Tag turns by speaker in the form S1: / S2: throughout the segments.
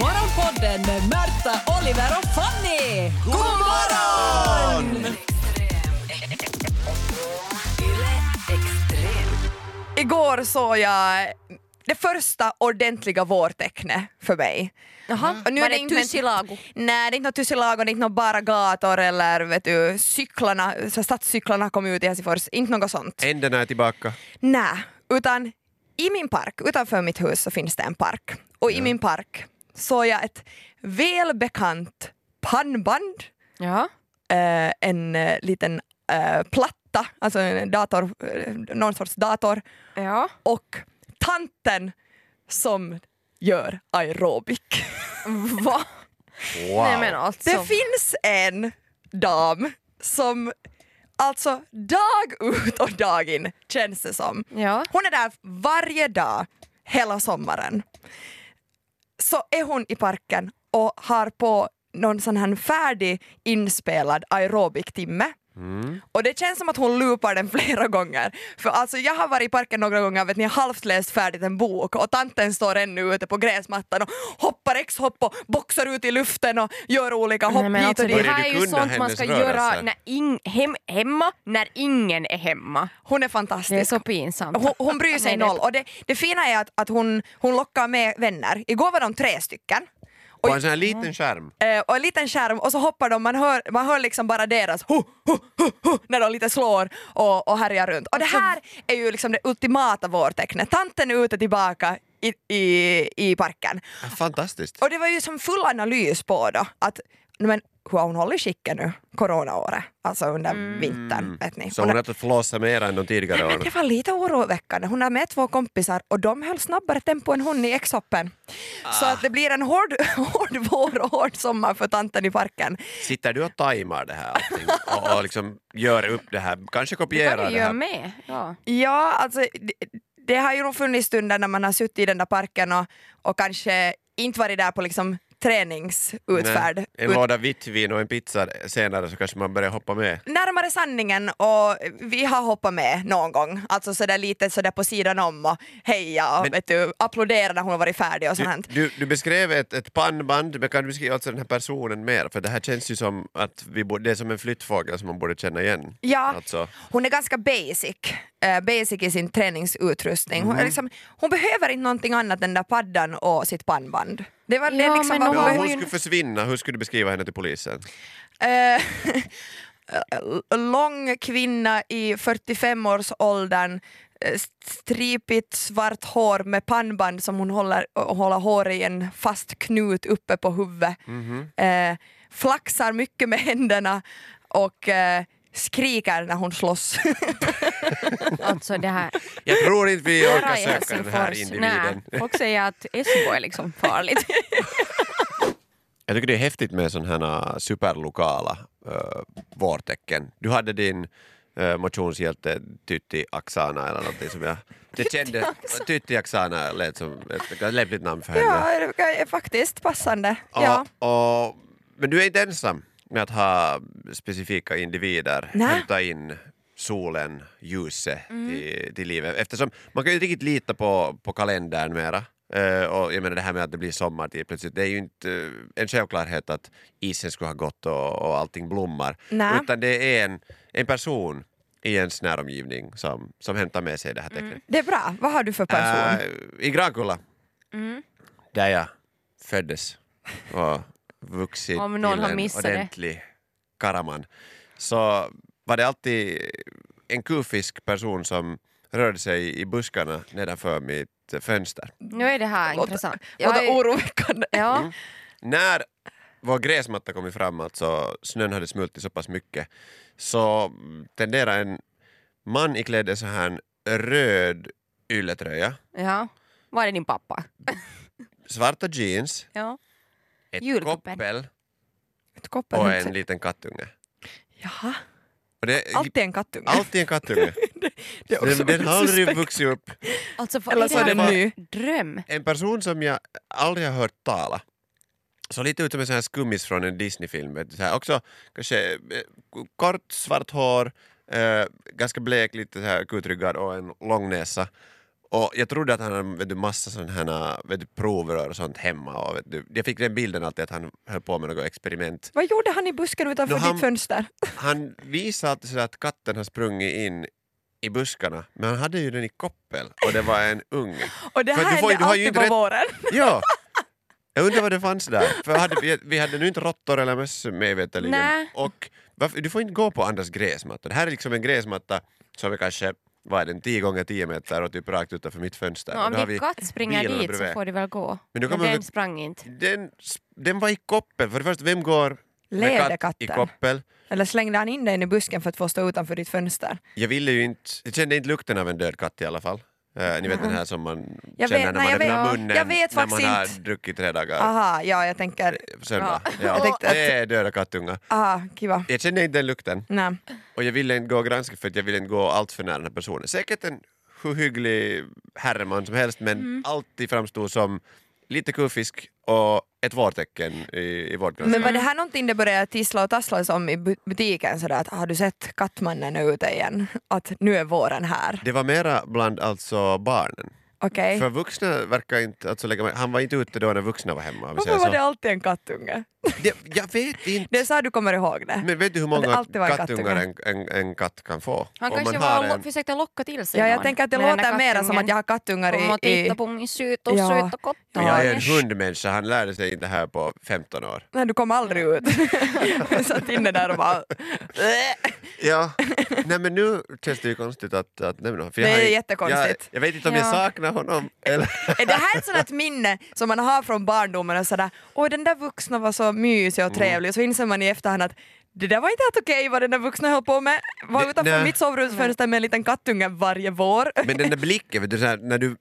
S1: Morgonpodden med Märta, Oliver och Fanny! God morgon!
S2: Igår såg jag det första ordentliga vårtecknet för mig.
S3: Jaha,
S2: Och nu
S3: var
S2: är det
S3: det
S2: inte-
S3: tussilago?
S2: Nej, det är inte något tussilago, det är inte något bara gator eller vet du, cyklarna, så stadscyklarna kom ut i Helsingfors, inte något sånt.
S4: Änderna är tillbaka.
S2: Nej, utan i min park, utanför mitt hus så finns det en park. Och i min park såg jag ett välbekant pannband,
S3: Ja.
S2: eh, en eh, liten eh, platta, alltså en dator, eh, någon sorts dator
S3: ja.
S2: och tanten som gör aerobic.
S3: Va?
S4: Wow.
S3: Nej men alltså.
S2: Det finns en dam som alltså dag ut och dag in känns det som.
S3: Ja.
S2: Hon är där varje dag hela sommaren. Så är hon i parken och har på någon sån här färdig inspelad aerobic-timme. Och det känns som att hon loopar den flera gånger. För alltså jag har varit i parken några gånger, vet ni, halvt läst färdigt en bok och tanten står ännu ute på gräsmattan och hoppar X-hopp och boxar ut i luften och gör olika hopp
S3: Nej, men
S2: hit
S3: alltså,
S2: och
S3: det
S2: dit.
S4: Börjar
S3: här är
S4: du
S3: ju
S4: kunna
S3: sånt man
S4: hennes
S3: ska
S4: rörelser?
S3: göra när in, hem, hemma när ingen är hemma.
S2: Hon är
S3: Det är
S2: fantastisk.
S3: så pinsamt.
S2: Hon, hon bryr sig
S3: Nej, nej.
S2: noll. Och det, det fina är att, att hon, hon lockar med vänner. Igår var de tre stycken.
S4: På en sån här liten skärm.
S2: Eh, och en liten skärm och så hoppar de, man hör, man hör liksom bara deras hu, hu, hu, hu, när de lite slår och, och härjar runt. Och det här är ju liksom det ultimata vårtecknet. Tanten är ute tillbaka i, i, i parken.
S4: Ah. Fantastiskt.
S2: Och det var ju som full analys på då att no men, hur har hon hållit skicken nu coronaåret, alltså under vintern. Vet ni.
S4: Så
S2: Hon
S4: hon
S2: har-
S4: har inte flåsat mer än de tidigare
S2: men
S4: åren.
S2: det var lite oroväckande. Hon är med två kompisar och de höll snabbare tempo än hon i X-hoppen. Så att det blir en hård, hård vår och hård sommar för tanten i parken.
S4: Sitter du och tajmar det här allting och, och liksom gör upp det här? Kanske
S3: Det
S4: kopierar
S3: kan du
S4: det
S3: göra
S4: här?
S3: med. Ja.
S2: Ja, alltså det, det har ju nog funnits stunder när man har suttit i den där parken och, och kanske inte varit där på liksom träningsutfärd.
S4: Nej, En
S2: Ut-
S4: låda vitt vin och en pizza senare så kanske man börjar hoppa med.
S2: närmare sanningen och vi har hoppat med någon gång, alltså sådär lite sådär på sidan om och heja och
S4: Men-
S2: vet du, applådera när hon har varit färdig och sånt. här.
S4: Du, du, du beskrev ett, ett pannband, men kan du beskriva alltså den här personen mer? För det här känns ju som att vi borde, det är som en flyttfågel som man borde känna igen.
S2: Ja,
S4: Alltså,
S2: hon är ganska basic, eh, basic i sin träningsutrustning. Hon,
S4: Mm.
S2: är liksom, hon behöver inte någonting annat än den där paddan och sitt pannband. Det var det
S3: Ja,
S2: liksom vad
S3: men om
S2: hon
S4: men om
S3: har
S4: hon
S3: ju-
S4: skulle försvinna, hur skulle du beskriva henne till polisen?
S2: Eh, lång kvinna i 45-årsåldern, eh, stripigt svart hår med pannband som hon håller, och håller hår i en fast knut uppe på huvudet.
S4: Mhm.
S2: Eh, flaxar mycket med händerna och eh, skriker när hon slåss.
S3: Alltså det här.
S4: Jag tror inte vi
S3: Bara
S4: orkar
S3: i
S4: söka den här
S3: Helsingfors.
S4: individen.
S3: Nej, folk säger att Esbo är liksom farligt.
S4: Jag tycker det är häftigt med sådana här äh, superlokala uh, vårtecken. Du hade din uh, motionshjälte Tytti Aksana eller någonting som jag... Det kände, Tytti Aksana lät som ett lämpligt namn för henne.
S2: ja, det är faktiskt passande. Ja.
S4: Och, och, men du är inte ensam med att ha specifika individer
S2: Nä.
S4: hämta in solen, ljuset till, till livet. Eftersom man kan ju inte riktigt lita på, på kalendern mera. Eh, och jag menar det här med att det blir sommartid plötsligt, det är ju inte eh, en självklarhet att isen skulle ha gått och, och allting blommar.
S2: Nä.
S4: Utan det är en, en person i ens näromgivning som, som hämtar med sig det här tecknet.
S2: Det är bra. Vad har du för person?
S4: Äh, I Grankulla.
S3: Mm.
S4: Där jag föddes och vuxit
S3: Om någon
S4: till
S3: har
S4: en
S3: missat det.
S4: ordentlig karaman. Så var det alltid en kufisk person som rörde sig i buskarna nedanför mitt fönster.
S3: Nu är det här
S2: Låter-
S3: intressant.
S2: Låter
S3: Jag är-
S2: oroväckande.
S3: ja.
S4: När vår gräsmatta kom fram, alltså snön hade smultit så pass mycket, så tenderade en man iklädd en så här röd ylletröja,
S3: ja. Var är din pappa?
S4: svarta jeans,
S3: Ja.
S4: ett
S3: Julkoppen.
S4: koppel
S2: Ett koppel.
S4: och en liten kattunge.
S2: Jaha,
S4: Och det,
S2: alltid en kattunge.
S4: alltid en kattunge.
S2: Det är också
S4: den, den har aldrig
S2: suspekt.
S4: vuxit upp.
S3: Alltså vad
S2: Eller
S3: är
S2: så
S3: det
S2: är
S3: här
S2: den
S3: för
S2: ny.
S3: dröm?
S4: En person som jag aldrig har hört tala. Så lite ut som en sån här skummis från en Disney-film. vet du, Så här, också kanske eh, kort svart hår, eh, ganska blek, lite så här kutryggad och en lång näsa. Och jag trodde att han hade vet du, massa sån här, vet du, provrör och sånt hemma. Och, vet du, jag fick den bilden alltid att han höll på med något experiment.
S2: Vad gjorde han i busken utanför
S4: No, han-
S2: ditt fönster?
S4: Han visade alltid sådär att katten har sprungit in i buskarna, men han hade ju den i koppel och det var en unge.
S2: Och det
S4: För att
S2: här
S4: du får-
S2: händer
S4: du har
S2: alltid
S4: ju inte
S2: på
S4: rätt-
S2: våren.
S4: Ja. Jag undrar vad det fanns där. För hade, vi, vi hade nu inte råttor eller möss mig veterligen.
S3: Nä.
S4: Och varför, du får inte gå på andras gräsmatta. Det här är liksom en gräsmatta som är kanske vad är den, 10 gånger 10 meter och typ rakt utanför mitt fönster.
S3: Nå,
S4: Och
S3: om
S4: då har
S3: din katt springer
S4: bilarna
S3: dit
S4: bredvid.
S3: så får du väl gå.
S4: Men
S3: Men,
S4: då kan man väl-
S3: den sprang inte.
S4: den, den var i koppel. För det första, vem går med
S2: Leder
S4: katt i
S2: katten?
S4: koppel?
S2: Eller slängde han in den i busken för att få stå utanför ditt fönster?
S4: Jag ville ju inte, jag kände inte lukten av en död katt i alla fall. Eh, ni vet den här som man
S2: Mm. Jag
S4: känner
S2: vet-
S4: när
S2: nej,
S4: man
S2: jag
S4: öppnar
S2: vet-
S4: munnen
S2: jag vet
S4: när man
S2: faktiskt
S4: har
S2: inte.
S4: druckit tre dagar
S2: Aha, ja, jag tänker...
S4: söndag. Ja.
S2: Jag tänkte att-
S4: Det är döda kattungar.
S2: Aha, kiva.
S4: Jag kände inte den lukten.
S2: Nej.
S4: Och jag ville inte gå och granska för att jag ville inte gå allt för nära den här personen. Säkert en hur hygglig herreman som helst men
S2: Mm.
S4: alltid framstod som lite kufisk och ett vartecken i, i vårt
S2: Men
S4: granskning.
S2: var det här någonting det började tissla och tasslas om i bu- butiken? Sådär att har du sett kattmannen ute igen? Att nu är våren här.
S4: Det var mera bland alltså barnen.
S2: Okej.
S4: För vuxna verkar inte, alltså lägga märke- han var inte ute då när vuxna var hemma. om vi
S2: Varför
S4: säger
S2: var det
S4: så.
S2: alltid en kattunge?
S4: Det, jag vet inte.
S2: Det är så här du kommer ihåg det.
S4: Men vet du hur
S2: Har det
S4: många
S2: alltid varit
S4: kattungar en, en, en katt kan få?
S3: Han
S4: Om
S3: kanske
S4: man
S3: var
S4: har
S3: och lo-
S4: en-
S3: försökte locka till sig
S2: Ja, jag
S3: någon
S2: tänker att det
S3: med den där
S2: låter mer som
S3: kattungen.
S2: att jag har kattungar
S3: Kom och
S2: i... i...
S3: titta på min söta och
S2: Ja.
S3: söta katt.
S2: Ja,
S4: jag är en hundmänniska, han lärde sig inte här på 15 år.
S2: Nej, du kom aldrig ut. jag satt inne där och bara...
S4: Ja, nej men nu känns det ju konstigt att, att nämna honom. För
S2: Det
S4: har ju-
S2: är jättekonstigt.
S4: Jag, jag vet inte om jag
S3: Ja.
S4: saknar honom eller...
S2: Är det här ett sånt här minne som man har från barndomen och sådär, åh den där vuxna var så mysig och trevlig, och så inser man i efterhand att det där var inte helt okej vad den där vuxna höll på med. Var
S4: Det-
S2: utanför
S4: nej.
S2: mitt sovrumsfönster med en liten kattunge varje vår.
S4: Men den där blicken, vet du, så här, när du,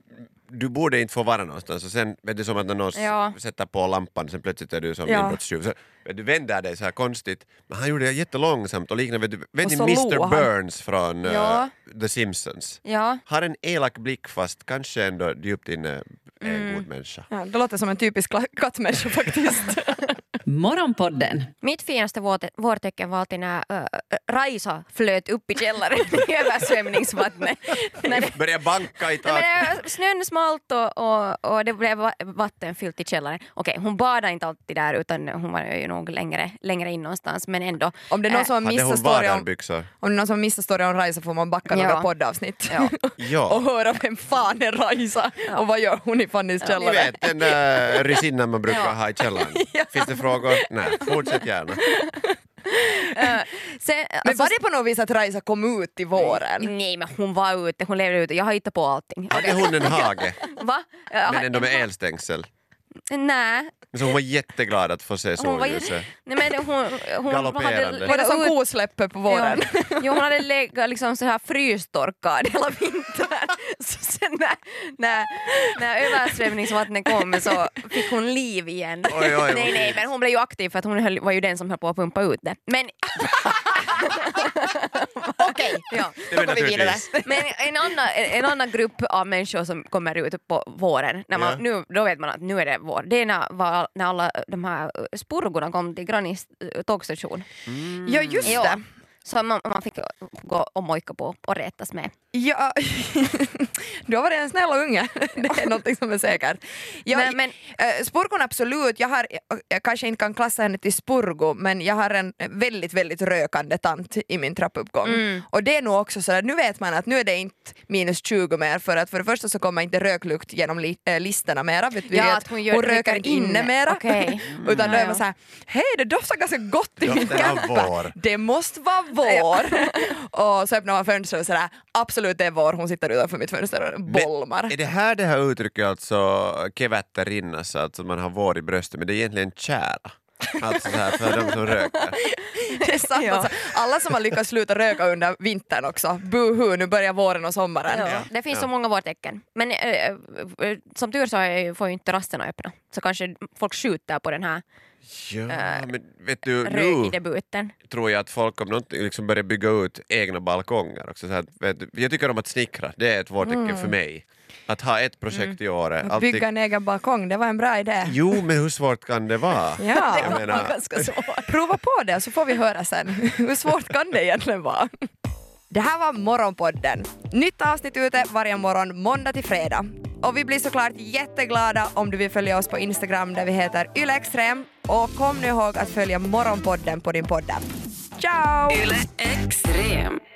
S4: du borde inte få vara någonstans och sen vet du som att när någon s-
S3: Ja.
S4: sätter på lampan sen plötsligt är du som
S2: Ja.
S4: inbrottstjuv. Så, vet Du vänder dig så här konstigt. Men han gjorde det jättelångsamt och liknande. Vet du, vet
S2: Och
S4: ni
S2: så
S4: Mr
S2: log han.
S4: Burns från eh,
S3: Ja.
S4: The Simpsons?
S3: Ja.
S4: Har en elak blick fast kanske ändå djupt inne är en
S3: Mm.
S4: god människa.
S2: Ja, det låter som en typisk kla- kattmänniska faktiskt.
S1: Morgonpodden
S3: Mitt finaste vårte- vårtecken var alltid när äh, äh, Raisa flöt upp i källaren i översvämningsvattnet. när det,
S4: Börjar banka i
S3: Nej,
S4: taket.
S3: men det- snön smalt och, och, och det blev va- vatten fyllt i källaren. Okej, hon badade inte alltid där utan hon var ju nog längre, längre in någonstans men ändå.
S2: Om det är någon
S3: Äh,
S2: som har
S4: Hade hon
S2: missat storyn om,
S4: vadarbyxor?
S2: om det är någon som har missat storyn om Raisa får man backa
S3: Ja.
S2: några poddavsnitt.
S3: Ja.
S4: Ja.
S2: och höra vem fan är Raisa och vad gör hon i Fannys
S4: Ni
S2: källare.
S4: vet den där rysinnan man brukar
S3: Ja.
S4: ha i källaren. Finns det frågor? Nej, fortsätt gärna.
S3: Sen,
S2: Men
S3: alltså,
S2: var det på något vis att Raisa kom ut i våren?
S3: Nej men hon var ute, hon levde ute. Jag har hittat på allting.
S4: Hade hon en hage,
S3: Va? Äh,
S4: men ändå med elstängsel?
S3: Nej,
S4: Så hon var jätteglad att få se
S3: hon var ju...
S4: solljuset.
S3: Nej, men hon, hon hade
S4: Galopperande.
S2: Var det
S3: legat
S2: som
S3: ut
S2: kosläppe på våren?
S3: Ja. Jo, hon hade legat liksom så här frystorkad hela vintern. Så sen när, när, när översvämningsvattnet kom så fick hon liv igen.
S4: Oj, oj, oj.
S3: Nej, nej, men hon blev ju aktiv för att hon höll, var ju den som höll på att pumpa ut det. Men... Okej, ja.
S4: Det var
S3: Då går vi vidare.
S4: naturligtvis.
S3: Men en annan, en annan grupp av människor som kommer ut på våren, när man,
S4: Ja.
S3: nu, då vet man att nu är det vår. Det är när, var, när alla de här eh, spurgorna kom till Grannis eh, tågstation.
S2: Ja, just
S3: Ja.
S2: det.
S3: Som man, man fick gå och mojka på och retas med.
S2: Ja. Du har varit en snäll unge, det är någonting som är säkert. Jag,
S3: Nej, men-
S2: eh, spurgon absolut, jag, har, jag kanske inte kan klassa henne till spurgo men jag har en väldigt, väldigt rökande tant i min trappuppgång.
S3: Mm.
S2: Och det är nog också sådär, nu vet man att nu är det inte minus 20 mer för att för det första så kommer inte röklukt genom li, äh, listerna mera, vet vi
S3: Ja,
S2: vet.
S3: att hon gör-
S2: röker
S3: röker
S2: inne,
S3: inne.
S2: mera.
S3: Okej.
S2: Utan då
S3: Ja,
S2: är
S3: ja.
S2: man såhär, hej det doftar ganska gott i min
S4: Doften av
S2: kappa.
S4: vår.
S2: Det måste vara vår! och så öppnar man fönstret och sådär, absolut det är vår, hon sitter utanför mitt fönster och bolmar.
S4: Är det här det här uttrycket alltså kevätterinnas, alltså man har vår i bröstet, men det är egentligen tjära? Alltså så här för de som röker.
S2: Det är sant, alltså. Alla som har lyckats sluta röka under vintern också, buhu, nu börjar våren och sommaren.
S3: Det finns så
S4: Ja.
S3: många vårtecken. Men eh, eh, eh, som tur så är- får ju inte rasterna öppna. Så kanske folk skjuter på den här
S4: Ja,
S2: Äh,
S4: men vet du, nu
S3: rökidebuten.
S4: tror jag att folk om någonting liksom börjar bygga ut egna balkonger också. Så att, vet, du, jag tycker om att snickra, det är ett vårtecken för mig. Att ha ett projekt i året.
S2: Mm. Att
S4: alltid-
S2: Bygga en egen balkong, det var en bra idé.
S4: Jo, men hur svårt kan det vara?
S2: Ja.
S4: Jag menar,
S3: ganska svårt.
S2: Prova på det så får vi höra sen. Hur svårt kan det egentligen vara? Det här var Morgonpodden. Nytt avsnitt ute varje morgon måndag till fredag. Och vi blir såklart jätteglada om du vill följa oss på Instagram där vi heter ylextrem. Och kom nu ihåg att följa Morgonpodden på din poddapp. Ciao!
S5: Yle Extrem.